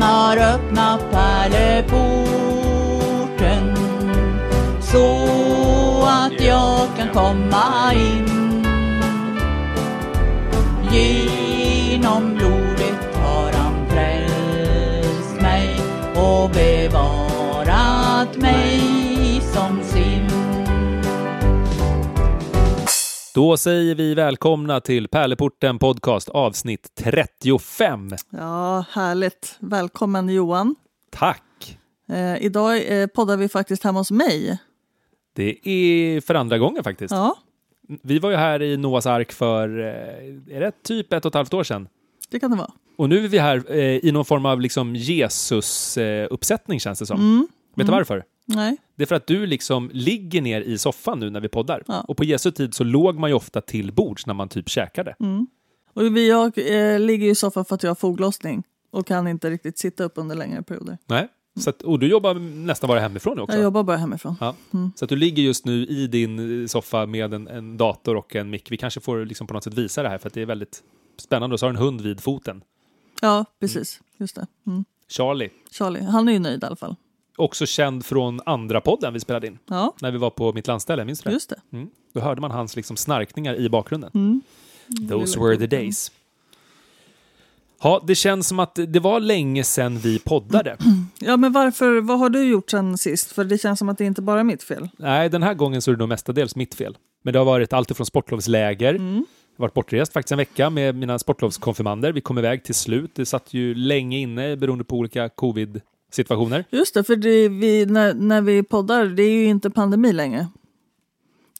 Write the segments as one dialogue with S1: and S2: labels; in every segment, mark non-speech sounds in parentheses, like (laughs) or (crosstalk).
S1: har öppnat pärleporten så att jag kan komma in. Genom blodet har han frälst mig och bevarat mig som sin.
S2: Då säger vi välkomna till Pärleporten Podcast avsnitt 35.
S3: Ja, härligt. Välkommen Johan.
S2: Tack!
S3: Eh, idag eh, poddar vi faktiskt hemma hos mig.
S2: Det är för andra gången faktiskt.
S3: Ja,
S2: Vi var ju här i Noahs ark för, eh, är det typ ett och ett halvt år sedan?
S3: det kan det vara.
S2: Och nu är vi här eh, i någon form av liksom Jesus-uppsättning känns det som.
S3: Mm,
S2: Vet du varför?
S3: Nej,
S2: Det är för att du liksom ligger ner i soffan nu när vi poddar.
S3: Ja.
S2: Och på Jesu tid så låg man ju ofta till bords när man typ käkade.
S3: Mm. och vi, jag eh, ligger ju i soffan för att jag har foglossning och kan inte riktigt sitta upp under längre perioder.
S2: Nej. Så att, och du jobbar nästan bara hemifrån nu också.
S3: Jag jobbar bara hemifrån.
S2: Ja. Så att du ligger just nu i din eh, soffa med en, en dator och en mick. Vi kanske får liksom på något sätt visa det här för att det är väldigt spännande. Och så har du en hund vid foten.
S3: Ja, precis. Just det. Mm.
S2: Charlie,
S3: Charlie, han är ju nöjd i alla fall.
S2: också känd från andra podden vi spelade in.
S3: Ja,
S2: När vi var på mitt landställe, minns du det?
S3: just det.
S2: Mm. Då hörde man hans liksom snarkningar i bakgrunden. Those were the days. Ja, det känns som att det var länge sedan vi poddade.
S3: Ja, men varför, vad har du gjort sen sist? För det känns som att det inte bara är mitt fel.
S2: Nej, den här gången så är det nog mestadels mitt fel. Men det har varit allt ifrån sportlovsläger, jag har varit bortrest faktiskt en vecka med mina sportlovskonfirmander. Vi kom iväg till slut. Det satt ju länge inne beroende på olika covid-situationer.
S3: Just det, för det, vi, när, när vi poddar, det är ju inte pandemi längre.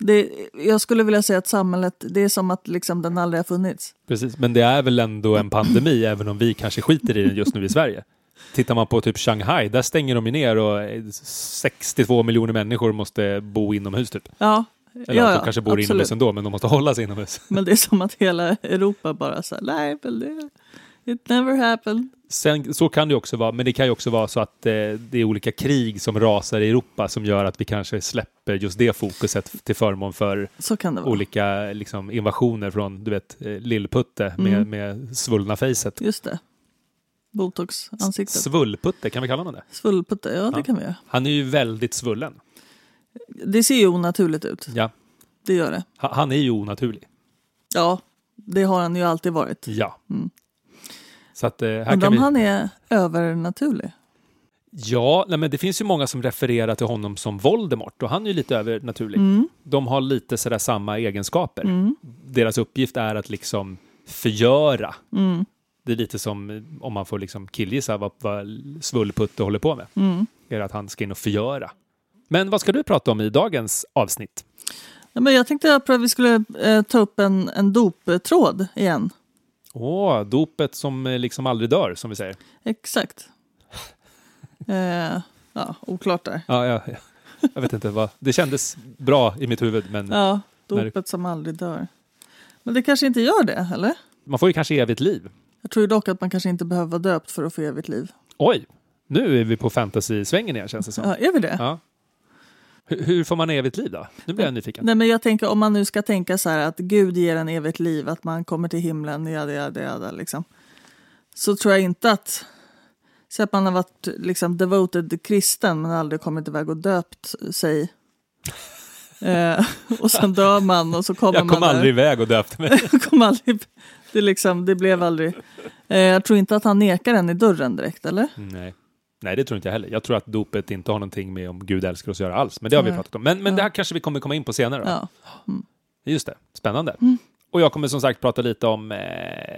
S3: Det, jag skulle vilja säga att samhället, det är som att liksom den aldrig har funnits.
S2: Precis, men det är väl ändå en (laughs) pandemi även om vi kanske skiter i den just nu i Sverige. Tittar man på typ Shanghai, där stänger de ju ner och eh, 62 miljoner människor måste bo inomhus typ.
S3: Ja,
S2: Eller
S3: ja,
S2: att
S3: ja,
S2: de kanske bor
S3: absolut.
S2: inomhus ändå, men de måste hålla sig inomhus.
S3: Men det är som att hela Europa bara så här, nej, men det, it never happened.
S2: Sen, så kan det ju också vara, men det kan ju också vara så att eh, det är olika krig som rasar i Europa som gör att vi kanske släpper just det fokuset till förmån för
S3: Så kan det vara.
S2: olika liksom, invasioner från, du vet, eh, Lillputte med,
S3: Mm.
S2: med svullna fejset.
S3: Just det. Botox-ansiktet.
S2: Svullputte, kan vi kalla honom det?
S3: Svullputte, ja det
S2: Ja.
S3: kan vi göra.
S2: Han är ju väldigt svullen.
S3: Det ser ju onaturligt ut,
S2: Ja.
S3: det gör det.
S2: Ha- Han är ju onaturlig.
S3: Ja, det har han ju alltid varit.
S2: Ja. Så att eh, här
S3: Mm. Undrar
S2: kan
S3: om
S2: vi...
S3: han är övernaturlig?
S2: Ja, nej, men det finns ju många som refererar till honom som Voldemort och han är ju lite övernaturlig. De har lite sådär samma egenskaper. Deras uppgift är att liksom förgöra. Det är lite som, om man får liksom killgissa vad, vad Svullputte håller på med, är att han ska in och förgöra. Men vad ska du prata om i dagens avsnitt?
S3: Ja, men jag tänkte att vi skulle eh, ta upp en, en doptråd igen.
S2: Åh, dopet som eh, liksom aldrig dör, som vi säger.
S3: (laughs) Exakt. Eh, ja, oklart där.
S2: Ja, ja, ja. Jag vet inte vad, det kändes bra i mitt huvud, men
S3: Ja,
S2: När-
S3: dopet som aldrig dör. Men det kanske inte gör det, eller?
S2: man får ju kanske evigt liv.
S3: Jag tror ju dock att man kanske inte behöver vara döpt för att få evigt liv.
S2: Oj, nu är vi på fantasy-svängen igen känns det som.
S3: Ja, är vi det?
S2: Ja. Hur, hur får man evigt liv då? Nu blir jag nyfiken.
S3: Nej, men jag tänker om man nu ska tänka så här att Gud ger en evigt liv, att man kommer till himlen, jada, jada, jada, liksom. Så tror jag inte att... Säg att man har varit liksom devoted kristen men aldrig kommit iväg och döpt
S2: (laughs)
S3: sig. eh, och sen dör man och så kommer
S2: Jag kom
S3: man
S2: aldrig iväg och döpte
S3: (laughs)
S2: mig.
S3: Där. kom aldrig. Det, liksom, det blev aldrig... Eh, jag tror inte att han nekar en i dörren direkt, eller?
S2: (laughs) Nej. Nej, det tror inte jag heller. Jag tror att dopet inte har någonting med om Gud älskar oss att göra alls. Men det har vi
S3: Nej.
S2: pratat om. Men, men det här kanske vi kommer komma in på senare. Då.
S3: Ja. Mm.
S2: Just det, spännande. Och jag kommer som sagt prata lite om eh,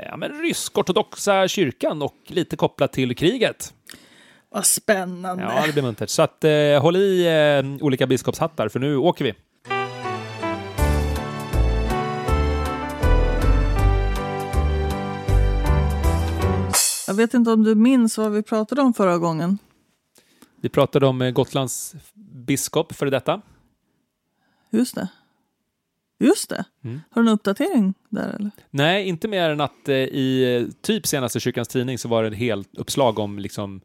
S2: ja, men rysk-ortodoxa kyrkan och lite kopplat till kriget.
S3: Vad spännande!
S2: Ja, det blir muntert. Så att, eh, håll i eh, olika biskopshattar, för nu åker vi.
S3: Jag vet inte om du minns vad vi pratade om förra gången?
S2: Vi pratade om eh, Gotlands biskop, före detta.
S3: Just det. Just det.
S2: Mm.
S3: Har du någon uppdatering där eller?
S2: Nej, inte mer än att eh, i eh, typ senaste Kyrkans Tidning så var det ett helt uppslag om liksom,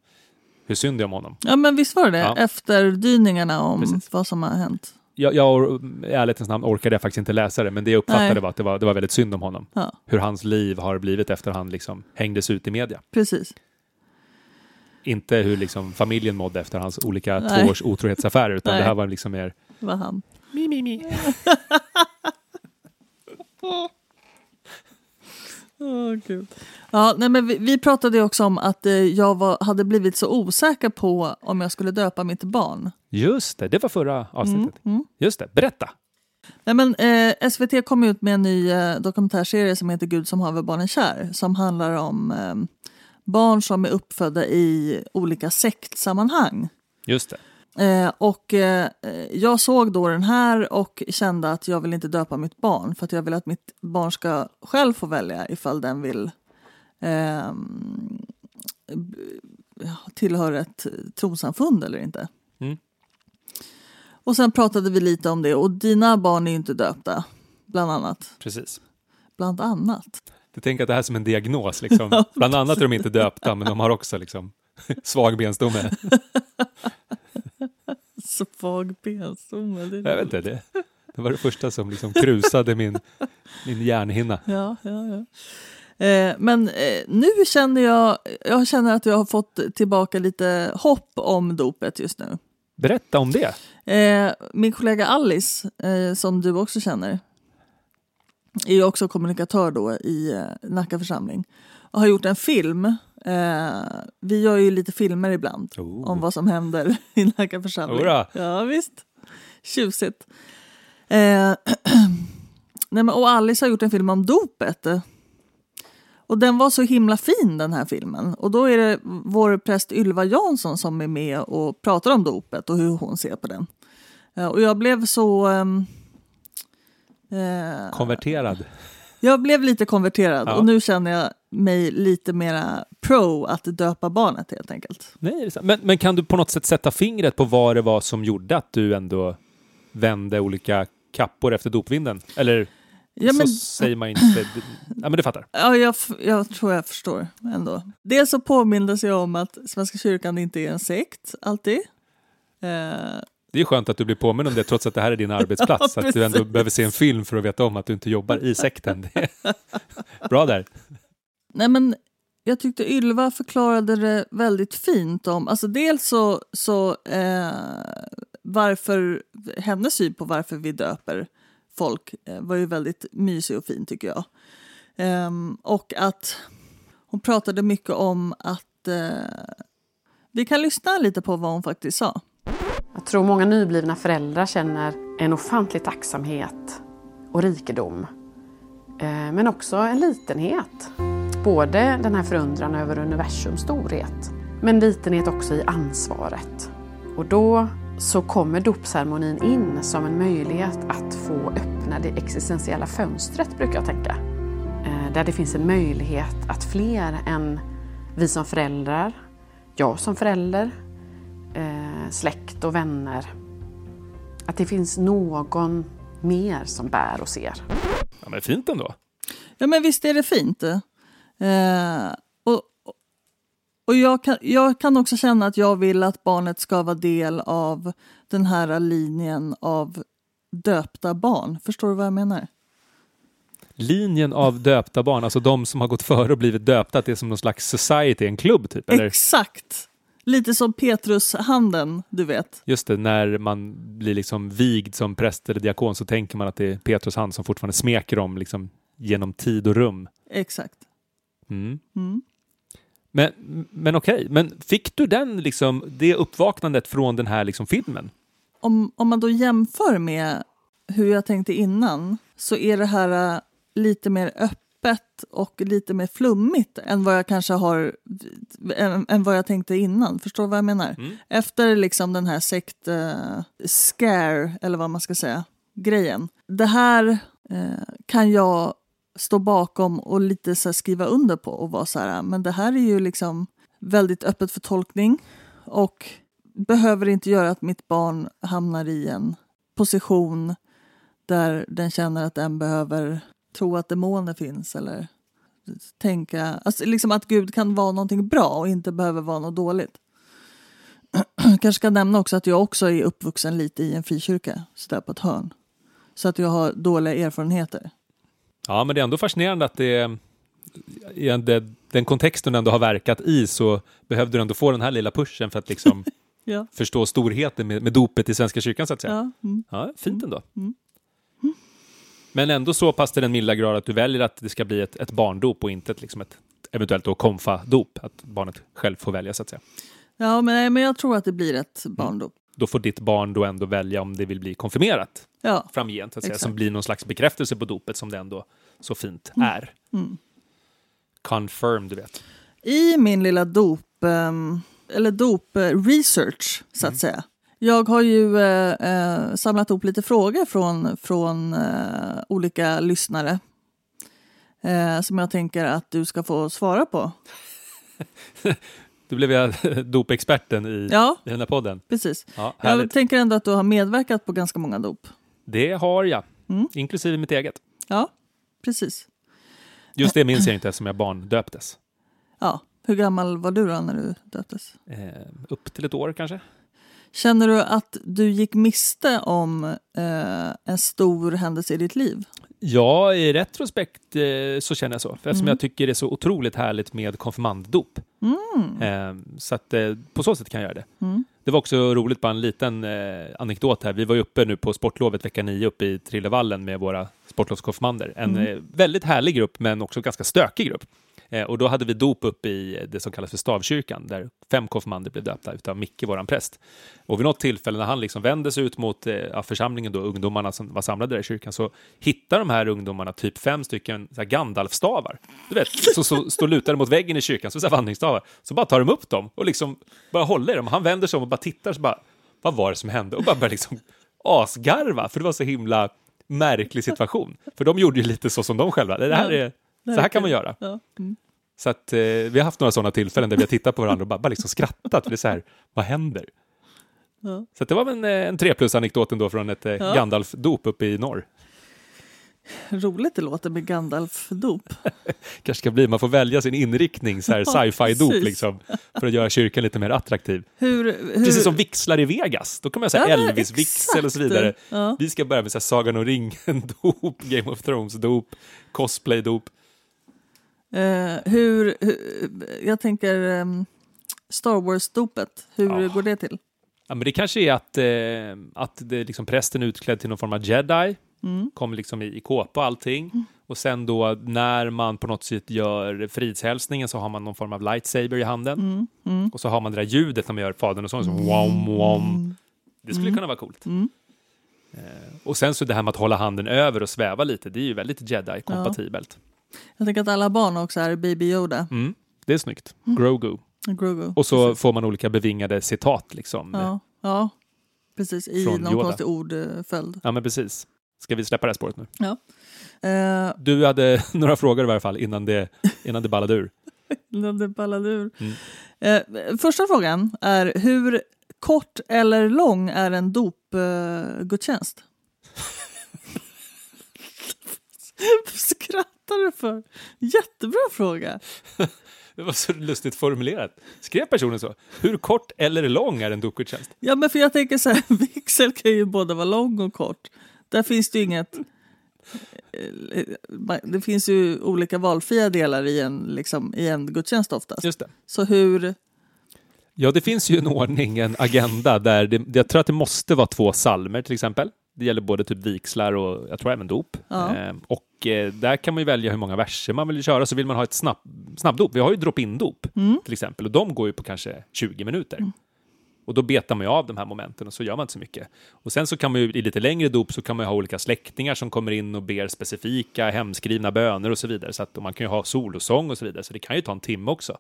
S2: hur synd det är om honom.
S3: Ja men visst var det det?
S2: Ja.
S3: Efterdyningarna om
S2: Precis.
S3: vad som har hänt.
S2: Jag, jag, I ärlighetens namn orkade jag faktiskt inte läsa det, men det jag uppfattade
S3: Nej.
S2: var att det var, det var väldigt synd om honom.
S3: Ja,
S2: Hur hans liv har blivit efter han liksom hängdes ut i media.
S3: precis.
S2: Inte hur liksom familjen mådde efter hans olika
S3: Nej.
S2: två års otrohetsaffärer, utan
S3: Nej.
S2: det här var liksom mer
S3: Vad han.
S2: mi, mi, mi.
S3: Åh, Gud. Ja, nej, men vi, vi pratade ju också om att eh, jag var, hade blivit så osäker på om jag skulle döpa mitt barn.
S2: Just det, det var
S3: Mm,
S2: förra avsnittet. Just det, berätta.
S3: Nej, men, eh, SVT kom ut med en ny eh, dokumentärserie som heter Gud som haver barnen kär som handlar om eh, barn som är uppfödda i olika sektsammanhang.
S2: Just det.
S3: Eh, och eh, jag såg då den här och kände att jag vill inte döpa mitt barn för att jag vill att mitt barn ska själv få välja ifall den vill ehm, b- ja, tillhöra ett trossamfund eller inte.
S2: Mm.
S3: Och sen pratade vi lite om det och dina barn är ju inte döpta, bland annat.
S2: Precis.
S3: Bland annat.
S2: Jag tänker att det här är som en diagnos.
S3: (laughs)
S2: Liksom. Bland annat är de inte döpta, men de har också liksom, (laughs) svag benstomme.
S3: Så vag benstomme. det är-
S2: Jag vet inte, det, det var det första som liksom krusade min, min hjärnhinna.
S3: Ja, ja, ja. Eh, men eh, nu känner jag, jag känner att jag har fått tillbaka lite hopp om dopet just nu.
S2: Berätta om det.
S3: Eh, min kollega Alice, eh, som du också känner, är ju också kommunikatör då i eh, Nacka församling och har gjort en film. Eh, vi gör ju lite filmer ibland
S2: Oh.
S3: om vad som händer (laughs) i Nacka församling.
S2: Jodå.
S3: Ja, visst. Tjusigt. Eh, (clears throat) Nej, men, och Alice har gjort en film om dopet. Och den var så himla fin den här filmen. Och då är det vår präst Ylva Jansson som är med och pratar om dopet och hur hon ser på den. Eh, Och jag blev så... ehm, eh,
S2: Konverterad.
S3: jag blev lite konverterad
S2: Ja.
S3: och nu känner jag mig lite mera pro att döpa barnet helt enkelt.
S2: Nej, det är sant. men, men kan du på något sätt sätta fingret på vad det var som gjorde att du ändå vände olika kappor efter dopvinden? Eller
S3: Ja,
S2: så
S3: men-
S2: säger man inte. Ja, men du fattar.
S3: Ja, jag, f- jag tror jag förstår ändå. Dels så påmindes jag om att Svenska kyrkan inte är en sekt alltid. Eh,
S2: Det är skönt att du blir påminn om det trots att det här är
S3: (laughs)
S2: din arbetsplats.
S3: Ja,
S2: att du ändå
S3: precis.
S2: behöver se en film för att veta om att du inte jobbar i sekten. Det är-
S3: (laughs)
S2: Bra där.
S3: nej men jag tyckte Ylva förklarade det väldigt fint om, alltså dels så, så eh, varför, hennes syn på varför vi döper folk eh, var ju väldigt mysig och fin tycker jag. Ehm, och att hon pratade mycket om att, eh, vi kan lyssna lite på vad hon faktiskt sa.
S4: Jag tror många nyblivna föräldrar känner en ofantlig tacksamhet och rikedom. Eh, Men också en litenhet. Både den här förundran över universums storhet, men litenhet också i ansvaret. Och då så kommer dopceremonin in som en möjlighet att få öppna det existentiella fönstret, brukar jag tänka. Eh, Där det finns en möjlighet att fler än vi som föräldrar, jag som förälder, eh, släkt och vänner. Att det finns någon mer som bär och ser.
S2: Ja, men fint ändå.
S3: Ja, men visst är det fint. Eh, och och jag, kan, jag kan också känna att jag vill att barnet ska vara del av den här linjen av döpta barn. Förstår du vad jag menar?
S2: Linjen av döpta barn, alltså de som har gått före och blivit döpta, att det är som någon slags society, en klubb typ? Eller?
S3: Exakt! Lite som Petrus-handen, du vet.
S2: Just det, när man blir liksom vigd som präst eller diakon så tänker man att det är Petrus hand som fortfarande smeker om liksom, genom tid och rum.
S3: Exakt.
S2: Mm.
S3: Mm.
S2: Men, men okej, men fick du den, liksom, det uppvaknandet från den här liksom, filmen?
S3: om, om man då jämför med hur jag tänkte innan så är det här eh, lite mer öppet och lite mer flummigt än vad jag kanske har än, än vad jag tänkte innan. Förstår du vad jag menar? Efter liksom den här sekt eh, scare eller vad man ska säga grejen. Det här eh, kan jag stå bakom och lite så här, skriva under på och vara så här, "Äh, men det här är ju liksom väldigt öppet för tolkning och behöver inte göra att mitt barn hamnar i en position där den känner att den behöver tro att demoner finns eller tänka, alltså liksom att Gud kan vara någonting bra och inte behöver vara något dåligt. (clears throat) kanske ska nämna också att jag också är uppvuxen lite i en frikyrka, sådär på ett hörn. Så att jag har dåliga erfarenheter.
S2: Ja, men det är ändå fascinerande att det är, i det den kontexten du ändå har verkat i så behövde du ändå få den här lilla pushen för att liksom
S3: Ja.
S2: förstå storheten med, med dopet i Svenska kyrkan så att säga.
S3: Ja. Mm.
S2: Ja, fint ändå. Men ändå så pass till den milda grad att du väljer att det ska bli ett, ett barndop och inte ett, liksom ett eventuellt då konfadop, att barnet själv får välja så att säga.
S3: ja, men, nej, men jag tror att det blir ett barndop.
S2: Då får ditt barn då ändå välja om det vill bli konfirmerat
S3: Ja,
S2: framgent, så att säga,
S3: Exakt. Mm.
S2: som blir någon slags bekräftelse på dopet som det ändå så fint är. Confirm, du vet.
S3: I min lilla dop, ehm, eller dop-research, så att säga. Jag har ju eh, eh, samlat ihop lite frågor från, från eh, olika lyssnare eh, som jag tänker att du ska få svara på.
S2: Du blev jag (laughs) dopexperten i,
S3: Ja.
S2: i den här podden.
S3: Precis.
S2: Ja,
S3: jag
S2: härligt.
S3: tänker ändå att du har medverkat på ganska många dop.
S2: Det har jag,
S3: Mm.
S2: inklusive mitt eget.
S3: Ja, precis.
S2: Just det minns jag inte eftersom jag barndöptes.
S3: Ja. Hur gammal var du då när du döptes?
S2: Eh, upp till ett år kanske?
S3: Känner du att du gick miste om eh, en stor händelse i ditt liv?
S2: Ja, i retrospekt eh, så känner jag så. Eftersom jag tycker det är så otroligt härligt med konfirmanddop. Eh, så att eh, på så sätt kan jag göra det. Det var också roligt, bara en liten eh, anekdot här. Vi var ju uppe nu på sportlovet vecka 9 uppe i Trillevallen med våra sportlovskonfirmander. En eh, väldigt härlig grupp, men också ganska stökig grupp. Eh, och då hade vi dop uppe i eh, det som kallas för stavkyrkan, där fem konfirmander blev döpta utav Micke, våran präst. Och vid något tillfälle när han liksom vände sig ut mot eh, ja, församlingen, då, ungdomarna som var samlade där i kyrkan, så hittar de här ungdomarna typ fem stycken så här Gandalf-stavar. Du vet, som så, står lutade mot väggen i kyrkan, som så här vandringsstavar. Så bara tar de upp dem och liksom bara håller i dem. Han vänder sig om och bara tittar, så bara, vad var det som hände? Och bara börjar liksom asgarva, för det var så himla märklig situation. För de gjorde ju lite så som de själva, det här är, så här kan man göra.
S3: Ja.
S2: Så att, eh, vi har haft några sådana tillfällen där vi har tittat på varandra och bara, bara liksom skrattat, för det är så här, vad händer?
S3: Ja.
S2: Så att det var väl en, eh, en 3 plus-anekdot ändå från ett eh, Gandalf-dop uppe i norr.
S3: Roligt det låter med Gandalf-dop.
S2: kanske ska bli, man får välja sin inriktning, så här
S3: (laughs) Ja,
S2: sci-fi-dop
S3: precis.
S2: liksom, för att göra kyrkan lite mer attraktiv.
S3: Hur, hur,
S2: Precis som vixlar i Vegas, då kan man säga
S3: Ja, men
S2: Elvis-vixel och så
S3: exakt.
S2: vidare.
S3: Ja.
S2: Vi ska börja med så här, Sagan om ringen-dop, (laughs) Game of Thrones-dop, cosplay-dop.
S3: eh, hur, hur, jag tänker ehm, Star Wars-dopet, hur
S2: Ja.
S3: går det till?
S2: Ja, men det kanske är att, eh, att det är liksom prästen är utklädd till någon form av jedi,
S3: Mm.
S2: kommer liksom i, i kåpa och allting. Och sen då när man på något sätt gör fridshälsningen så har man någon form av lightsaber i
S3: Mm.
S2: handen. Och så har man det där ljudet när man gör fadern och sonen, så wom, wom. Det skulle kunna vara coolt. Eh, och sen så det här med att hålla handen över och sväva lite, det är ju väldigt jedi-kompatibelt.
S3: Jag tänker att alla barn också är Baby Yoda,
S2: Mm, det är snyggt. Grogu.
S3: Grogu.
S2: Och så får man olika bevingade citat liksom.
S3: Ja, ja, precis. I
S2: Från
S3: någon
S2: Yoda.
S3: konstig ordföljd.
S2: ja men precis. Ska vi släppa det här spåret nu?
S3: Ja. Eh,
S2: Du hade (laughs) några frågor i varje fall innan det, innan det ballade ur.
S3: Den det ballade ur.
S2: Mm.
S3: Eh, första frågan är hur kort eller lång är en dopgudstjänst? (laughs) Skrattar du för? Jättebra fråga.
S2: Det var så lustigt formulerat. Skrev personen så? Hur kort eller lång är en dopgudstjänst?
S3: Ja, men för jag tänker så här, (laughs) vigsel kan ju både vara lång och kort. Där finns det ju inget... eh, man- Det finns ju olika valfria delar i en, liksom, i en gudstjänst oftast.
S2: Just det.
S3: Så hur...
S2: Ja, det finns ju en ordning, en agenda, där det, jag tror att det måste vara två salmer till exempel. Det gäller både typ vigslar och jag tror även dop.
S3: Ja.
S2: Ehm, och eh, där kan man ju välja hur många verser man vill köra, så vill man ha ett snabb, snabbdop. Vi har ju drop-in-dop till exempel, och de går ju på kanske 20 minuter. Och då betar man ju av de här momenten och så gör man inte så mycket. Och sen så kan man ju i lite längre dop så kan man ju ha olika släktingar som kommer in och ber specifika hemskrivna böner och så vidare. Så att och man kan ju ha solosång och så vidare, så det kan ju ta en timme också.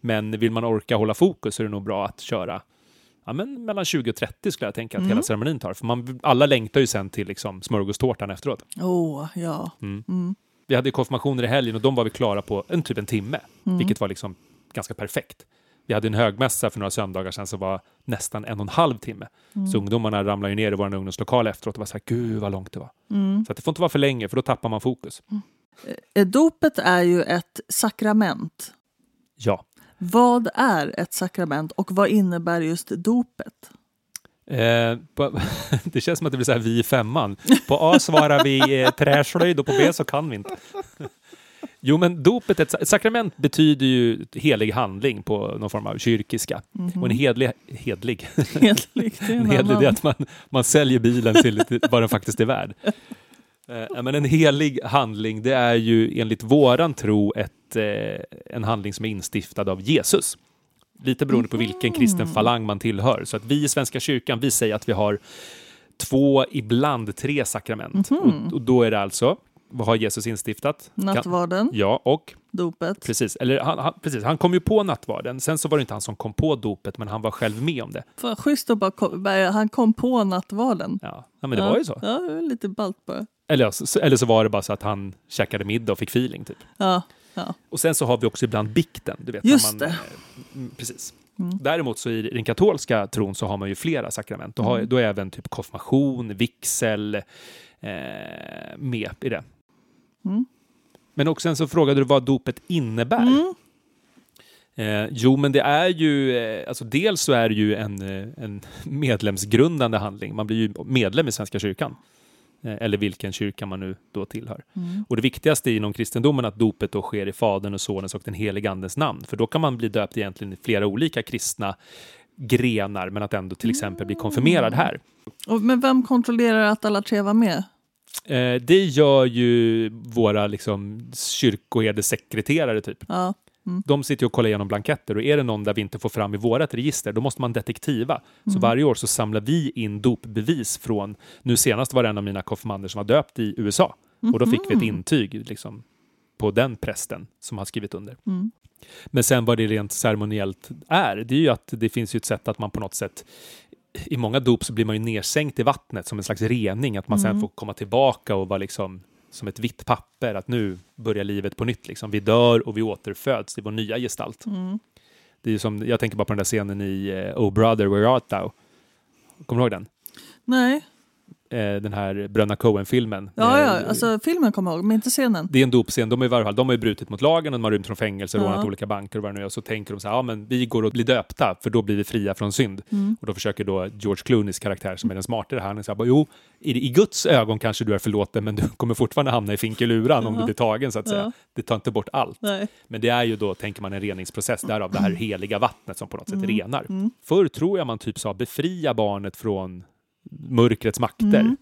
S2: Men vill man orka hålla fokus så är det nog bra att köra ja, men mellan 20 och 30 skulle jag tänka att hela ceremonin tar. För man, alla längtar ju sen till liksom smörgåstårtan efteråt.
S3: Åh, ja.
S2: Vi hade ju konfirmationer i helgen och de var vi klara på en, typ en timme, vilket var liksom ganska perfekt. Vi hade en högmässa för några söndagar sedan som var nästan en och en halv timme. Så ungdomarna ramlade ju ner i vår ungdomslokal efteråt och var så här, gud vad långt det var. Så att det får inte vara för länge, för då tappar man fokus.
S3: Eh, Dopet är ju ett sakrament.
S2: Ja.
S3: Vad är ett sakrament och vad innebär just dopet? (laughs)
S2: Eh, på, (laughs) det känns som att det blir så här vi i femman. På A svarar vi eh, träslöjd och på B så kan vi inte. (laughs) Jo, men dopet, är ett, sa- ett sakrament betyder ju helig handling på någon form av kyrkiska. Och en hedlig, hedlig,
S3: Hedligt, det är
S2: en
S3: en
S2: hedlig det är
S3: annan.
S2: att man, man säljer bilen till till vad den faktiskt är värd. Eh, ja, men en helig handling, det är ju enligt våran tro ett, eh, en handling som är instiftad av Jesus. Lite beroende på vilken kristen falang man tillhör. Så att vi i Svenska kyrkan, vi säger att vi har två, ibland tre sakrament. Och, och då är det alltså, vad har Jesus instiftat? Kan-
S3: Nattvarden,
S2: Ja, och
S3: dopet.
S2: precis. Eller han, han, precis. Han kom ju på nattvarden. Sen så var det inte han som kom på dopet, men han var själv med om det.
S3: Fan, schysst att bara kom, bara- han kom på nattvarden.
S2: Ja, ja men det var ju så.
S3: Ja, det var lite ballt bara.
S2: Eller, ja, så- eller så var det bara så att han käkade middag och fick feeling, typ.
S3: Ja, ja.
S2: Och sen så har vi också ibland bikten. Du vet,
S3: Just
S2: när man,
S3: det.
S2: eh, mm, Precis. Däremot så i den katolska tron så har man ju flera sakrament. Då, har,
S3: Mm.
S2: då är även typ konfirmation, vigsel eh, med i det.
S3: Mm.
S2: Men också sen så frågade du vad dopet innebär.
S3: Mm.
S2: Eh, jo, men det är ju, eh, alltså dels så är det ju en, eh, en (laughs) medlemsgrundande handling. Man blir ju medlem i Svenska kyrkan. Eh, eller vilken kyrka man nu då tillhör. Och det viktigaste inom kristendomen är att dopet då sker i Faderns och Sonens och den helige Andens namn. För då kan man bli döpt egentligen i flera olika kristna grenar, men att ändå till exempel bli konfirmerad här.
S3: Och, men vem kontrollerar att alla tre var med?
S2: Eh, det gör ju våra liksom, kyrkoherdesekreterare, typ.
S3: Ja.
S2: De sitter ju och kollar igenom blanketter och är det någon där vi inte får fram i vårt register, då måste man detektiva. Så varje år så samlar vi in dopbevis från, nu senast var det en av mina konfirmander som var döpt i USA. Och då fick vi ett intyg liksom, på den prästen som har skrivit under.
S3: Mm.
S2: Men sen vad det rent ceremoniellt är, det är ju att det finns ju ett sätt att man på något sätt i många dop så blir man ju nedsänkt i vattnet som en slags rening, att man
S3: Mm.
S2: sen får komma tillbaka och vara liksom som ett vitt papper, att nu börjar livet på nytt. Liksom. Vi dör och vi återföds i vår nya gestalt.
S3: Mm.
S2: Det är ju som, jag tänker bara på den där scenen i eh, Oh brother, where art thou? Kommer du ihåg den?
S3: Nej,
S2: Eh, den här Bröderna Coen-filmen.
S3: ja,
S2: Eh,
S3: ja. Alltså, filmen kommer jag ihåg, men inte scenen.
S2: det är en dopscen, de, är i varje fall, de har ju brutit mot lagen och de har rymt från fängelser och
S3: Ja.
S2: rånat olika banker och vad det nu är. Och så tänker de så här, ja men vi går och blir döpta för då blir vi fria från synd.
S3: Mm.
S2: Och då försöker då George Clooneys karaktär som är den smarte här, han är så här, bara, jo, i, i Guds ögon kanske du är förlåten men du kommer fortfarande hamna i finkeluran om du blir tagen så att säga.
S3: Ja.
S2: Det tar inte bort allt.
S3: Nej.
S2: Men det är ju då, tänker man, en reningsprocess, därav det här heliga vattnet som på något sätt
S3: Mm.
S2: renar. Förr tror jag man typ sa befria barnet från mörkrets makter.
S3: Mm.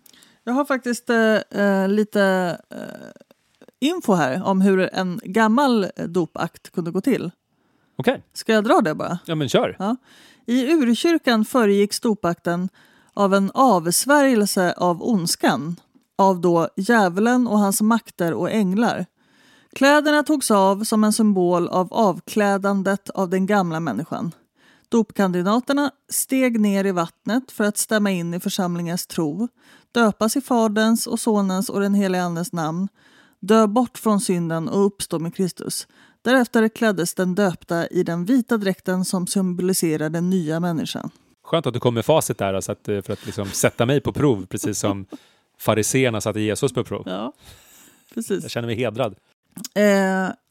S3: Jag har faktiskt eh, eh, lite eh, info här om hur en gammal dopakt kunde gå till.
S2: Okej,
S3: Ska jag dra det bara?
S2: ja men kör.
S3: Ja. I urkyrkan föregicks dopakten av en avsvärjelse av ondskan av då djävulen och hans makter och änglar. Kläderna togs av som en symbol av avklädandet av den gamla människan. Dopkandidaterna steg ner i vattnet för att stämma in i församlingens tro, döpas i Faderns och Sonens och den helige Andes namn, dö bort från synden och uppstå med Kristus. Därefter kläddes den döpta i den vita dräkten som symboliserar den nya människan.
S2: Skönt att du kom med facit där, alltså att, eh, för att liksom sätta mig på prov, precis som fariseerna satte Jesus på prov.
S3: Ja, precis.
S2: Jag känner mig hedrad.
S3: Eh,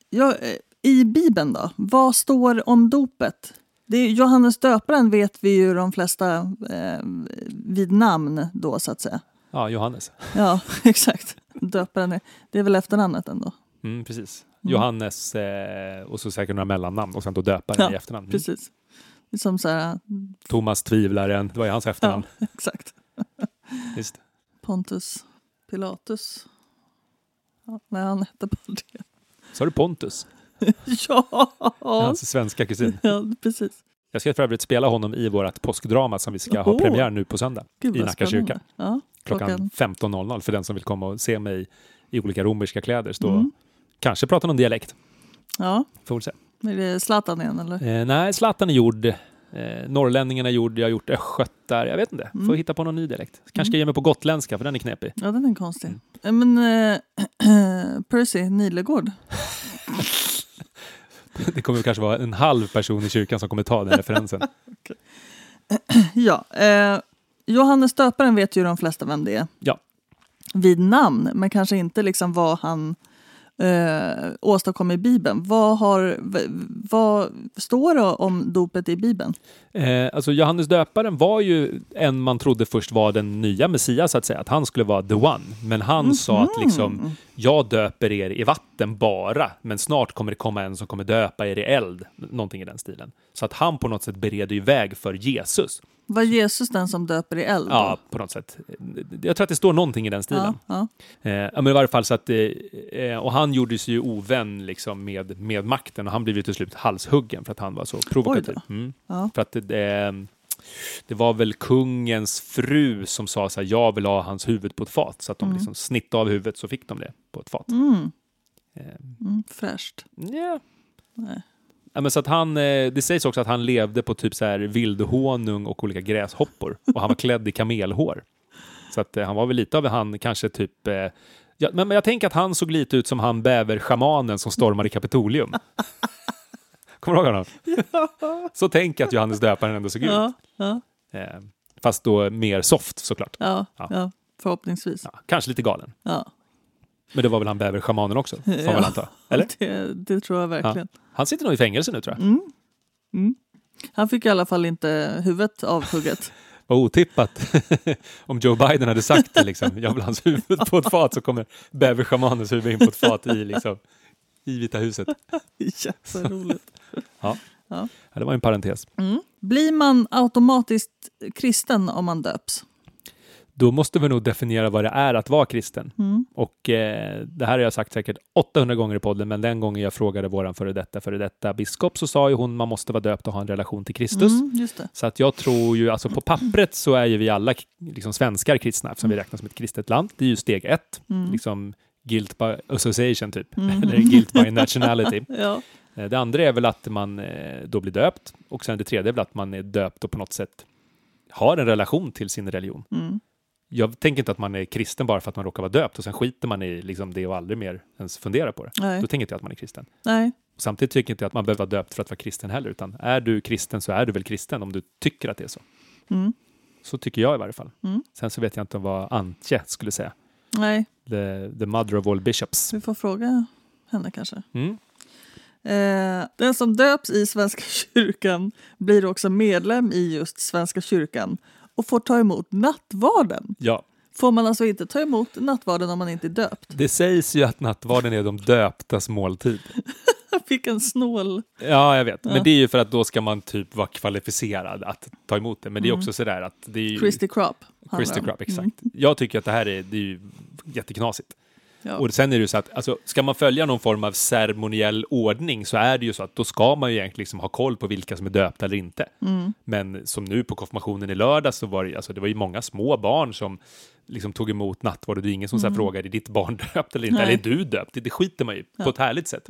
S3: ja, eh, I Bibeln då, vad står om dopet? Det är, Johannes döparen vet vi ju de flesta eh, vid namn då så att säga.
S2: Ja, Johannes.
S3: Ja, (laughs) exakt. Döparen, är, det är väl efternamnet ändå?
S2: Mm, precis. Johannes eh, och så säkert några mellannamn och sen då döparen
S3: Ja,
S2: i efternamn. Mm.
S3: Precis. Det är Som så här,
S2: Thomas tvivlaren, det var ju hans
S3: ja,
S2: efternamn.
S3: (laughs) exakt.
S2: Just.
S3: Pontus Pilatus. Ja, nej, han hette bara det.
S2: Så har du Pontus,
S3: (laughs) Ja,
S2: hans svenska kusin.
S3: ja precis.
S2: Jag ska för övrigt spela honom i vårt påskdrama som vi ska ha
S3: Oho.
S2: premiär nu på söndag
S3: Gud,
S2: i
S3: vad
S2: Nacka
S3: spännande.
S2: kyrka
S3: Ja,
S2: klockan
S3: klockan.
S2: 15.00 för den som vill komma och se mig i olika romerska kläder. Stå, Kanske prata någon dialekt.
S3: Mm. ja.
S2: Får väl se.
S3: Är det Zlatan igen eller?
S2: Eh, nej, Zlatan är gjord. Eh, norrlänningen är gjord. Jag har gjort östgötar. Jag vet inte. Får hitta på någon ny dialekt. Kanske ska jag ge mig på gotländska, för den är knepig.
S3: Ja, den är
S2: Mm.
S3: konstig. Eh, Men eh, (clears throat) Percy Nilegård.
S2: (laughs) Det kommer kanske vara en halv person i kyrkan som kommer ta den referensen.
S3: Ja, eh, Johannes döparen vet ju de flesta vem det är
S2: (laughs) Ja,
S3: vid namn, men kanske inte liksom vad han eh, åstadkom i Bibeln. Vad, har, v- vad står det om dopet i Bibeln?
S2: Eh, alltså Johannes döparen var ju en man trodde först var den nya Messias, så att säga, att han skulle vara the one. Men han sa att liksom, jag döper er i vatten bara, men snart kommer det komma en som kommer döpa er i eld. Någonting i den stilen. Så att han på något sätt bereder ju väg för Jesus.
S3: Var Jesus den som döper i eld? då?
S2: Ja, på något sätt. Jag tror att det står någonting i den stilen.
S3: ja, ja.
S2: Eh, ja, men i varje fall så att, eh, eh, och han gjorde sig ju ovän liksom, med, med makten och han blev ju till slut halshuggen för att han var så provokativ.
S3: Oj
S2: Mm.
S3: Ja.
S2: För att eh, det var väl kungens fru som sa så här, jag vill ha hans huvud på ett fat. Så att de liksom snittade av huvudet så fick de det på ett fat.
S3: Mm,
S2: Eh,
S3: mm, fräscht.
S2: ja.
S3: Nej.
S2: Ja, men så att han, eh, det sägs också att han levde på typ så här vildhonung och olika gräshoppor och han var klädd i kamelhår. Så att eh, han var väl lite av han kanske typ... Eh, ja, men, men jag tänker att han såg lite ut som han bäverschamanen som stormade
S3: (laughs)
S2: Kapitolium. Kommer du ihåg honom? Så tänk att Johannes döparen ändå såg ut.
S3: Ja, ja,
S2: Eh, fast då mer soft såklart.
S3: ja,
S2: Ja.
S3: ja, förhoppningsvis.
S2: Ja, kanske lite galen.
S3: Ja.
S2: Men det var väl han bäverschamanen också, får man
S3: Ja.
S2: väl anta.
S3: (laughs)
S2: Eller?
S3: Det, det tror jag verkligen.
S2: Han sitter nog i fängelse nu tror jag.
S3: Han fick i alla fall inte
S2: (laughs)
S3: huvudet avhugget.
S2: Vad otippat (laughs) om Joe Biden hade sagt det liksom. Jag vill ha hans huvud på ett fat så kommer bäverschamanens huvud in på ett fat i liksom i Vita huset.
S3: Jätteroligt.
S2: Ja, det var en parentes.
S3: Blir man automatiskt kristen om man döps?
S2: Då måste vi nog definiera vad det är att vara kristen.
S3: Mm,
S2: Och eh, det här har jag sagt säkert 800 gånger i podden, men den gången jag frågade våran före detta före detta biskop så sa ju hon man måste vara döpt och ha en relation till Kristus.
S3: Mm, just det.
S2: Så att jag tror ju, alltså på pappret så är ju vi alla k- liksom svenskar kristna eftersom vi räknas som ett kristet land. Det är ju steg ett, liksom guilt by association typ, (laughs) eller guilt by nationality.
S3: Ja.
S2: Eh, Det andra är väl att man eh, då blir döpt och sen det tredje är väl att man är döpt och på något sätt har en relation till sin religion.
S3: Mm.
S2: Jag tänker inte att man är kristen bara för att man råkar vara döpt och sen skiter man i liksom det och aldrig mer ens funderar på det.
S3: Nej.
S2: Då tänker inte jag att man är kristen.
S3: Nej.
S2: Samtidigt tycker inte jag att man behöver vara döpt för att vara kristen heller, utan är du kristen så är du väl kristen om du tycker att det är så.
S3: Mm.
S2: Så tycker jag i varje fall.
S3: Mm.
S2: Sen så vet jag inte vad Antje skulle säga.
S3: Nej,
S2: The, the mother of all bishops.
S3: vi får fråga henne kanske.
S2: Mm.
S3: Eh, den som döps i Svenska (laughs) kyrkan blir också medlem i just Svenska kyrkan och får ta emot nattvarden.
S2: Ja,
S3: Får man alltså inte ta emot nattvarden om man inte är döpt?
S2: det sägs ju att nattvarden är de döptas måltid.
S3: Jag fick en snål...
S2: Ja, jag vet. Men det är ju för att då ska man typ vara kvalificerad att ta emot det. Men det är också sådär att det är ju...
S3: Christy Mm, Crop. handlar
S2: Christy
S3: om.
S2: Crop, exakt. Jag tycker att det här är, det är ju jätteknasigt.
S3: Ja.
S2: Och sen är det ju så att, alltså, ska man följa någon form av ceremoniell ordning så är det ju så att då ska man ju egentligen liksom ha koll på vilka som är döpta eller inte.
S3: Mm.
S2: Men som nu på konfirmationen i lördag så var det, ju- alltså, det var ju många små barn som liksom tog emot nattvard och det är ingen som så här frågade är ditt barn (laughs) döpt eller inte,
S3: Mm. Nej. Mm.
S2: eller är du döpt? Det, det skiter man ju på ett härligt sätt.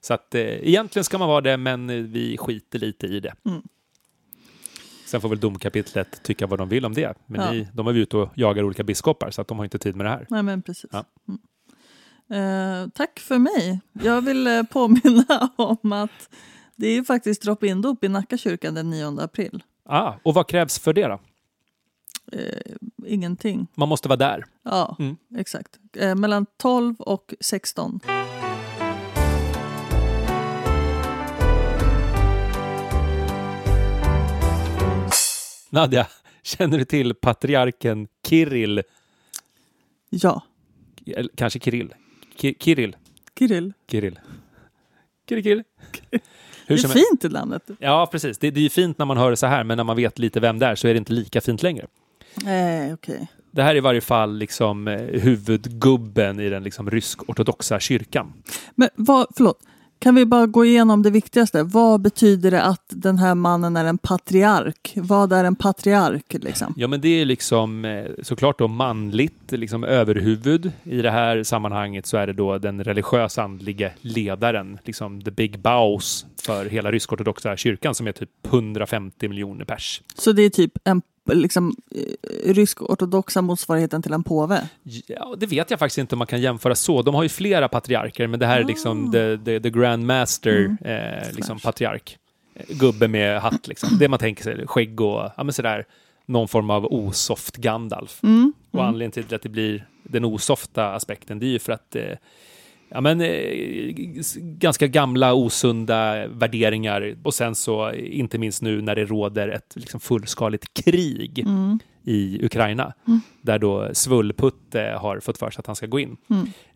S2: Så att eh, egentligen ska man vara det, men eh, vi skiter lite i det.
S3: Mm.
S2: Sen får väl domkapitlet tycka vad de vill om det. Men
S3: Ja.
S2: ni, de är ju ute och jagar olika biskopar, så att de har inte tid med det här.
S3: Nej, men precis.
S2: Ja.
S3: Mm. Eh, tack för mig. Jag vill eh, (laughs) påminna om att det är ju faktiskt drop-in-dop i Nacka kyrkan den 9 april.
S2: Ah, och vad krävs för det då?
S3: Eh, ingenting.
S2: Man måste vara där.
S3: Ja,
S2: Mm.
S3: exakt. Eh, mellan 12 och 16.
S2: Nadja, känner du till patriarken Kirill?
S3: Ja,
S2: Eller kanske Kirill? Ki- Kirill?
S3: Kirill.
S2: Kirill? Kirill? Kirill? Hur
S3: Det
S2: som
S3: är
S2: helst-
S3: fint i landet.
S2: Ja, precis. Det, det är ju fint när man hör det så här, men när man vet lite vem det är så är det inte lika fint längre.
S3: Nej, Eh, okej.
S2: Det här är i varje fall liksom eh, huvudgubben i den liksom rysk-ortodoxa kyrkan.
S3: Men vad, förlåt. Kan vi bara gå igenom det viktigaste? Vad betyder det att den här mannen är en patriark? Vad är en patriark liksom?
S2: Ja, men det är liksom eh, såklart då manligt liksom överhuvud. I det här sammanhanget så är det då den religiös andlige ledaren, liksom the big baus för hela rysk-ortodoxa kyrkan som är typ 150 miljoner pers.
S3: Så det är typ en liksom, eh, rysk-ortodoxa motsvarigheten till en påve?
S2: Ja, det vet jag faktiskt inte om man kan jämföra så. De har ju flera patriarker, men det här är liksom the, the, the grand master, eh, liksom patriark. Eh, Gubbe med hatt, liksom. Det man tänker sig, skägg och ja, men sådär, någon form av osoft Gandalf. Och anledningen till att det blir den osofta aspekten, det är ju för att eh, ja, men, eh, g- ganska gamla osunda värderingar och sen så eh, inte minst nu när det råder ett liksom, fullskaligt krig i Ukraina där då Svullputte har fått för sig att han ska gå in.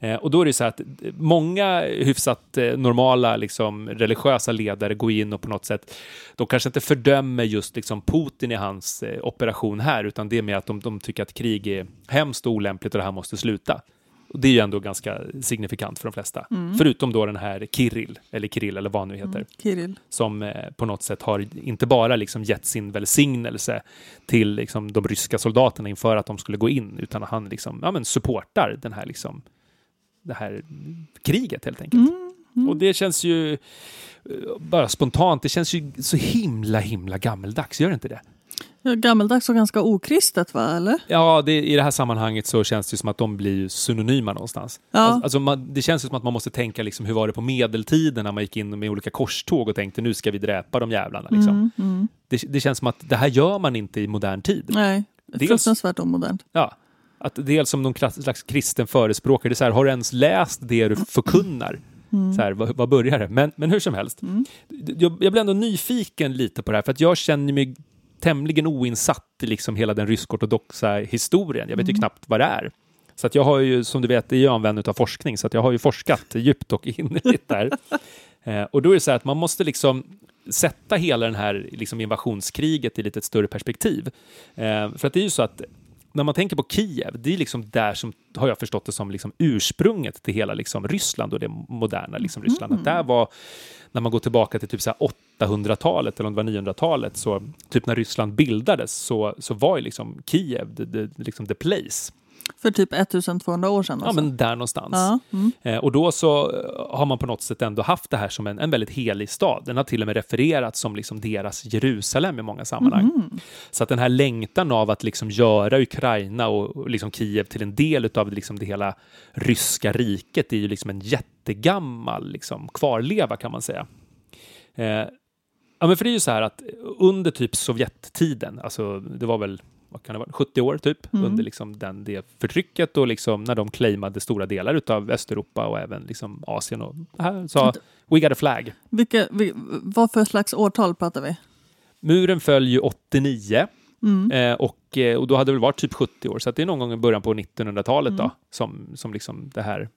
S2: Eh, och då är det ju så här att många hyfsat eh, normala liksom, religiösa ledare går in och på något sätt, de kanske inte fördömer just liksom, Putin i hans eh, operation här utan det är mer att de, de tycker att krig är hemskt och olämpligt och det här måste sluta. Och det är ju ändå ganska signifikant för de flesta. Förutom då den här Kirill, eller Kirill eller vad han nu heter,
S3: Kirill.
S2: som eh, på något sätt har inte bara liksom gett sin välsignelse till liksom de ryska soldaterna inför att de skulle gå in, utan han liksom, ja, men supportar den här liksom, det här kriget helt enkelt. Och det känns ju, eh, bara spontant, det känns ju så himla, himla gammeldags, gör det inte det?
S3: Ja, Gammeldags och ganska okristet va, eller?
S2: Ja, det, i det här sammanhanget så känns det ju som att de blir ju synonyma någonstans.
S3: Ja.
S2: Alltså, alltså man, det känns ju som att man måste tänka liksom, hur var det på medeltiden när man gick in med olika korståg och tänkte nu ska vi dräpa de jävlarna. Liksom. Det, det känns som att det här gör man inte i modern tid.
S3: Nej,
S2: Dels-
S3: fruktansvärt omodernt.
S2: Ja. Att dels som någon klas- slags kristen förespråkare, det är så här, har du ens läst det du förkunnar? Så här, vad, vad börjar det? Men, men hur som helst, D- jag, jag blir ändå nyfiken lite på det här, för att jag känner mig tämligen oinsatt i liksom hela den rysk-ortodoxa historien. Jag vet ju knappt vad det är. Så att jag har ju, som du vet, är jag en vän av forskning, så att jag har ju forskat djupt och innerligt där. Eh, och då är det så här att man måste liksom sätta hela den här liksom invasionskriget i lite ett större perspektiv. Eh, för att det är ju så att när man tänker på Kiev, det är liksom där som, har jag förstått det som, liksom ursprunget till hela liksom Ryssland och det moderna liksom Ryssland. Att där var, när man går tillbaka till typ så här 800-talet eller om det var 900-talet, så typ när Ryssland bildades så, så var ju liksom Kiev the, the, liksom the place.
S3: För typ 1200 år sedan.
S2: Ja,
S3: Alltså.
S2: men där någonstans.
S3: Ja, mm.
S2: Eh, Och då så eh, har man på något sätt ändå haft det här som en, en väldigt helig stad. Den har till och med refererats som liksom deras Jerusalem i många sammanhang.
S3: Mhm.
S2: Så att den här längtan av att liksom göra Ukraina och och liksom Kiev till en del av liksom det hela ryska riket är ju liksom en jättegammal liksom kvarleva kan man säga. Eh, Ja, men för det är ju så här att under typ Sovjettiden, alltså det var väl vad kan det vara, 70 år typ, under liksom den, det förtrycket och liksom när de claimade stora delar utav Östeuropa och även liksom Asien och det här sa “We got a flag”.
S3: Vilka, vi, vad för slags årtal pratar vi?
S2: Muren föll ju 89 eh, och, eh, och då hade det väl varit typ 70 år, så att det är någon gång i början på 1900-talet då som, som liksom det här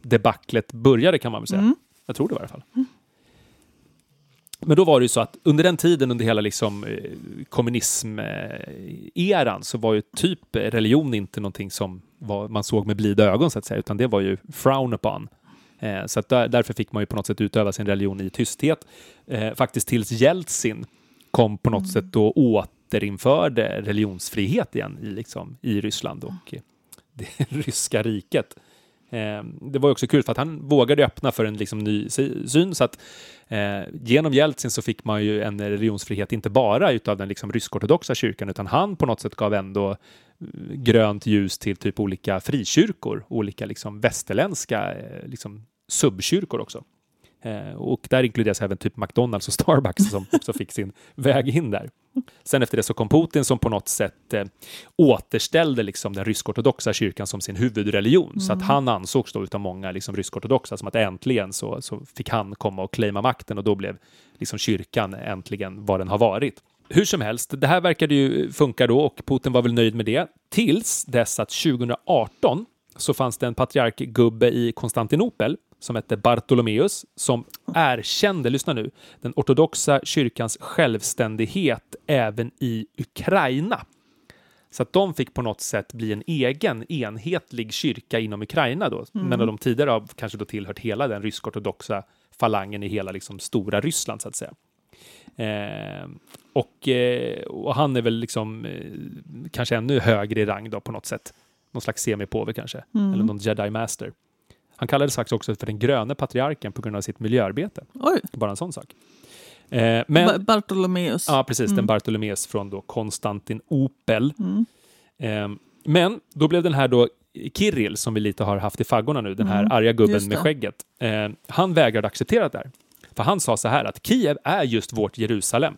S2: debaclet började kan man väl säga. Jag tror det var i alla fall. Men då var det ju så att under den tiden, under hela liksom, eh, kommunismeran, så var ju typ religion inte någonting som var, man såg med blida ögon, så att säga, utan det var ju frown upon. Eh, så att där, därför fick man ju på något sätt utöva sin religion i tysthet. Eh, faktiskt tills Jeltsin kom på något sätt då återinförde religionsfrihet igen i, liksom, i Ryssland och eh, (laughs) det ryska riket. Eh, Det var ju också kul för att han vågade öppna för en liksom ny sy- syn så att eh, genom Jeltsin så fick man ju en religionsfrihet inte bara utav den liksom rysk-ortodoxa kyrkan utan han på något sätt gav ändå eh, grönt ljus till typ olika frikyrkor, olika liksom västerländska eh, liksom subkyrkor också. Eh, Och där inkluderas även typ McDonalds och Starbucks som också fick sin väg in där. Sen efter det så kom Putin som på något sätt eh, återställde liksom den rysk-ortodoxa kyrkan som sin huvudreligion. Så att han ansågs då utav många liksom rysk-ortodoxa som att äntligen så, så fick han komma och claima makten och då blev liksom kyrkan äntligen vad den har varit. Hur som helst, det här verkade ju funka då och Putin var väl nöjd med det. Tills dess att 2018 så fanns det en patriarkgubbe i Konstantinopel som hette Bartolomeus som erkände, lyssna nu, den ortodoxa kyrkans självständighet även i Ukraina. Så att de fick på något sätt bli en egen enhetlig kyrka inom Ukraina då, medan de tidigare har kanske då tillhört hela den rysk-ortodoxa falangen i hela liksom stora Ryssland så att säga. Eh, och, eh, och han är väl liksom eh, kanske ännu högre i rang då på något sätt. Någon slags semipåve kanske, eller någon jedi master. Han kallades faktiskt också för den gröne patriarken på grund av sitt miljöarbete.
S3: Oj,
S2: Bara en sån sak. Eh, men,
S3: Ba- Bartolomeus.
S2: Ja, precis. Den Bartolomeus från då Konstantinopel. Ehm, men då blev den här då Kirill, som vi lite har haft i faggorna nu, den här arga gubben
S3: Mm, just
S2: med
S3: det.
S2: skägget, ehm, han vägrade acceptera det där. För han sa så här att Kiev är just vårt Jerusalem.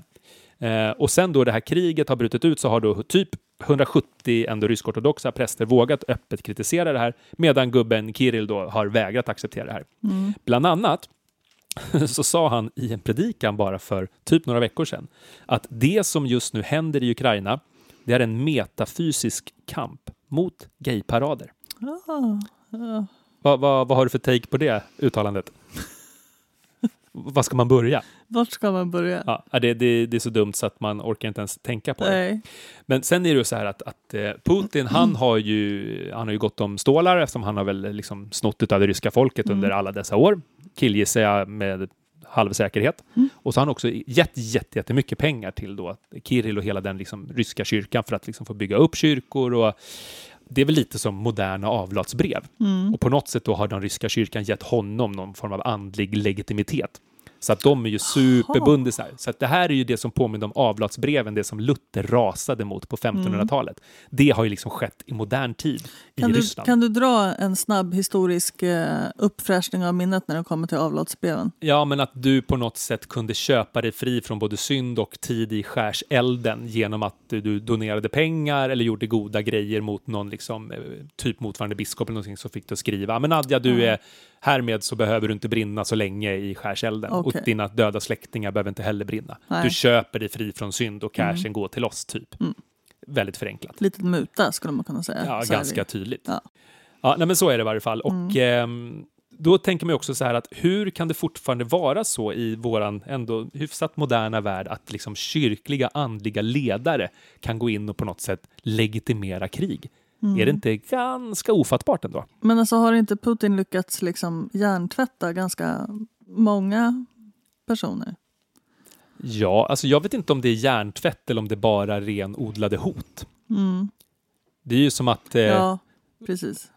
S2: Eh, Eh, och sen då det här kriget har brutit ut så har då typ 170 ändå rysk-ortodoxa präster vågat öppet kritisera det här medan gubben Kirill då har vägrat acceptera det här.
S3: Mm.
S2: Bland annat (laughs) så sa han i en predikan bara för typ några veckor sedan att det som just nu händer i Ukraina det är en metafysisk kamp mot gayparader.
S3: Ah,
S2: Vad, vad, vad har du för take på det uttalandet?
S3: ah.
S2: vad ska man börja?
S3: vart ska man börja?
S2: Ja, det, det, det är så dumt så att man orkar inte ens tänka på det.
S3: Nej.
S2: Men sen är det ju så här att, att eh, Putin, han har, ju, han har ju gått om stålar eftersom han har väl liksom snott av det ryska folket
S3: Mm.
S2: under alla dessa år. Killgissar jag med halv säkerhet.
S3: Mm.
S2: Och så har han också gett jätte, jättemycket pengar till då Kirill och hela den liksom ryska kyrkan för att liksom få bygga upp kyrkor. Och det är väl lite som moderna avlatsbrev.
S3: Mm.
S2: Och på något sätt då har den ryska kyrkan gett honom någon form av andlig legitimitet. Så att de är ju superbundisar. Så att det här är ju det som påminner om avlatsbreven, det som Luther rasade mot på
S3: Mm.
S2: 1500-talet. Det har ju liksom skett i modern tid i
S3: Kan du,
S2: Ryssland.
S3: kan du dra en snabb historisk eh, uppfräschning av minnet när det kommer till avlatsbreven?
S2: Ja, men att du på något sätt kunde köpa dig fri från både synd och tid i skärselden genom att du donerade pengar eller gjorde goda grejer mot någon, liksom, eh, typ motsvarande biskop eller någonting, så fick du skriva. "Ah, Men Nadja, du är härmed så behöver du inte brinna så länge i skärselden
S3: Okej.
S2: och dina döda släktingar behöver inte heller brinna.
S3: Nej. Mm.
S2: Du köper dig fri från synd och cashen går till oss, typ. Väldigt förenklat.
S3: Litet muta skulle man kunna säga.
S2: Ja,
S3: Så här
S2: ganska
S3: i-
S2: tydligt. Ja.
S3: Ja.
S2: nej, men så är det i varje fall.
S3: Mm.
S2: Och ehm, då tänker man ju också så här att hur kan det fortfarande vara så i våran ändå hyfsat moderna värld att liksom kyrkliga andliga ledare kan gå in och på något sätt legitimera krig? Är det
S3: Mm.
S2: inte ganska ofattbart ändå?
S3: Men alltså har inte Putin lyckats liksom hjärntvätta ganska många personer?
S2: Ja, alltså jag vet inte om det är hjärntvätt eller om det bara är renodlade hot.
S3: Mm.
S2: Det är ju som att eh,
S3: Ja, precis.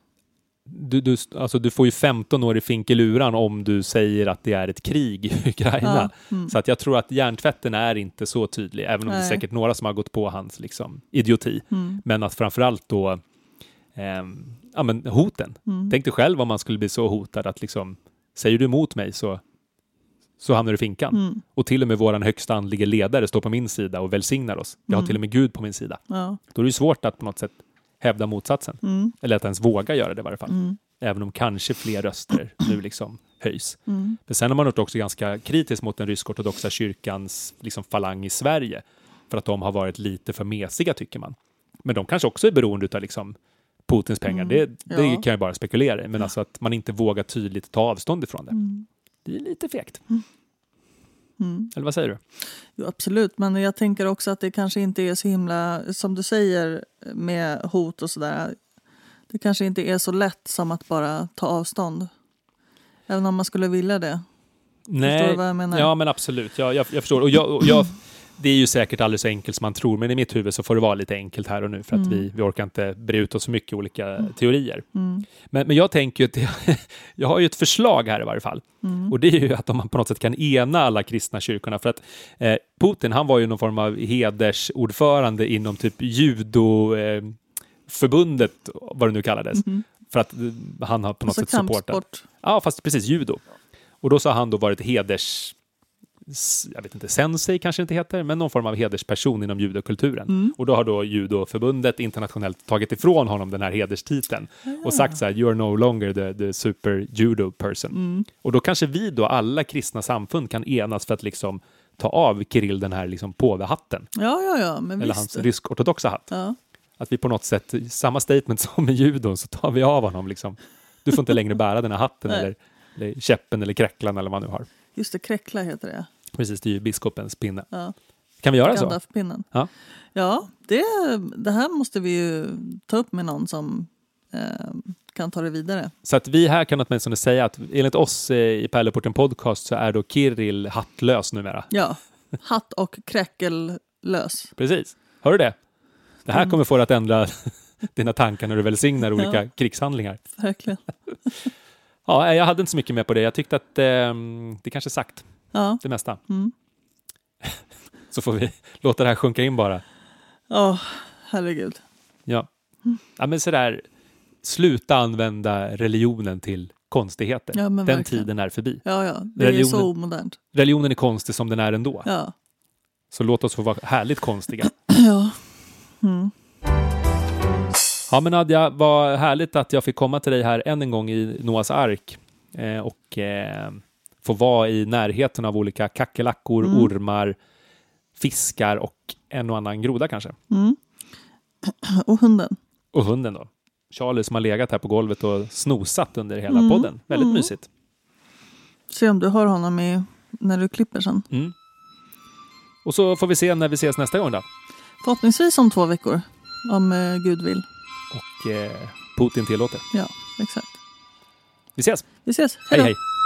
S2: du, du, alltså du får ju 15 år i finkeluran om du säger att det är ett krig i Ukraina. Så att jag tror att hjärntvätten är inte så tydlig, även om det är
S3: Nej.
S2: säkert några som har gått på hans liksom, idioti. Men att framförallt då ehm, ja, men hoten. Tänk dig själv om man skulle bli så hotad att liksom, säger du emot mig så, så hamnar du i finkan. Och till och med vår högsta andlige ledare står på min sida och välsignar oss. Jag har till och med Gud på min sida.
S3: Ja.
S2: Då är det ju svårt att på något sätt hävda motsatsen. Eller att ens våga göra det i varje fall. Även om kanske fler röster nu liksom höjs. För sen har man varit också ganska kritisk mot den rysk-ortodoxa kyrkans liksom falang i Sverige. För att de har varit lite för mesiga tycker man. Men de kanske också är beroende av liksom Putins pengar. Det, det
S3: Ja.
S2: kan jag bara spekulera i. Men alltså att man inte vågar tydligt ta avstånd ifrån det. Det är lite fegt. Eller vad säger du?
S3: Mm. Jo, absolut, men jag tänker också att det kanske inte är så himla, som du säger med hot och sådär. Det kanske inte är så lätt som att bara ta avstånd. Även om man skulle vilja det.
S2: Nej.
S3: Förstår du vad jag menar?
S2: Ja, men absolut. Jag, jag, jag förstår. Och jag, och jag, det är ju säkert alldeles så enkelt som man tror, men i mitt huvud så får det vara lite enkelt här och nu för att
S3: Mm.
S2: vi, vi orkar inte bre ut oss så mycket i olika teorier. Men, men jag tänker ju att jag, (laughs) jag har ju ett förslag här i varje fall.
S3: Mm.
S2: Och det är ju att om man på något sätt kan ena alla kristna kyrkorna. För att eh, Putin, han var ju någon form av hedersordförande inom typ judo... Eh, förbundet, vad det nu kallades, för att eh, han har på något
S3: Alltså
S2: sätt supportat.
S3: Mm. kampsport.
S2: Ja, fast precis judo. Och då så har han då varit heders... s- Jag vet inte, sensei kanske inte heter, men någon form av hedersperson inom judokulturen. Och då har då judoförbundet internationellt tagit ifrån honom den här hederstiteln och sagt så här, you're no longer the, the super judo person. Och då kanske vi då, alla kristna samfund, kan enas för att liksom ta av Kirill den här liksom påvehatten,
S3: Ja, ja, ja, men
S2: eller
S3: visst.
S2: hans rysk-ortodoxa hatt.
S3: Ja.
S2: Att vi på något sätt, i samma statement (laughs) som med judon, så tar vi av honom liksom. Du
S3: (laughs)
S2: får inte längre bära den här hatten
S3: Nej.
S2: eller, eller käppen eller kräcklan eller vad man nu har.
S3: Just det, kräckla heter det.
S2: Precis, det är ju biskopens pinne.
S3: Ja.
S2: Kan vi göra så?
S3: Gandalfpinnen.
S2: Ja.
S3: Ja, det, det här måste vi ju ta upp med någon som eh, kan ta det vidare.
S2: Så att vi här kan åtminstone säga att enligt oss eh, i Pärleporten Podcast så är då Kirill hattlös numera.
S3: Ja, hatt och kräckellös.
S2: Precis. Hör du det? Det här kommer få dig att ändra (laughs) dina tankar när du välsignar olika
S3: Mm. Ja.
S2: krigshandlingar.
S3: Verkligen.
S2: Ja, nej, jag hade inte så mycket med på det. Jag tyckte att ehm, det kanske är sagt
S3: Ja,
S2: det mesta.
S3: Mm.
S2: (laughs) så får vi (laughs) låta det här sjunka in bara.
S3: oh, herregud.
S2: Ja. ja, men sådär, sluta använda religionen till konstigheter.
S3: Ja, men
S2: den
S3: verkligen.
S2: tiden är förbi.
S3: Ja, ja, det är ju
S2: Religionen-
S3: så omodernt.
S2: Religionen är konstig som den är ändå.
S3: Ja, (clears throat)
S2: Så låt oss få vara härligt konstiga.
S3: Ja.
S2: Ja men Nadja, vad härligt att jag fick komma till dig här än en gång i Noahs ark eh, och eh, få vara i närheten av olika kackerlackor,
S3: Mm.
S2: ormar, fiskar och en och annan groda kanske.
S3: Mm. (clears throat) Och hunden.
S2: Och hunden då. Charlie som har legat här på golvet och snosat under hela podden. Väldigt mysigt.
S3: Se om du har honom i, när du klipper sen.
S2: Mm. Och så får vi se när vi ses nästa gång då.
S3: Förhoppningsvis om två veckor. Om eh, Gud vill.
S2: Och eh, Putin tillåter.
S3: Ja, exakt.
S2: Vi ses!
S3: Vi ses.
S2: Hej
S3: då.
S2: hej!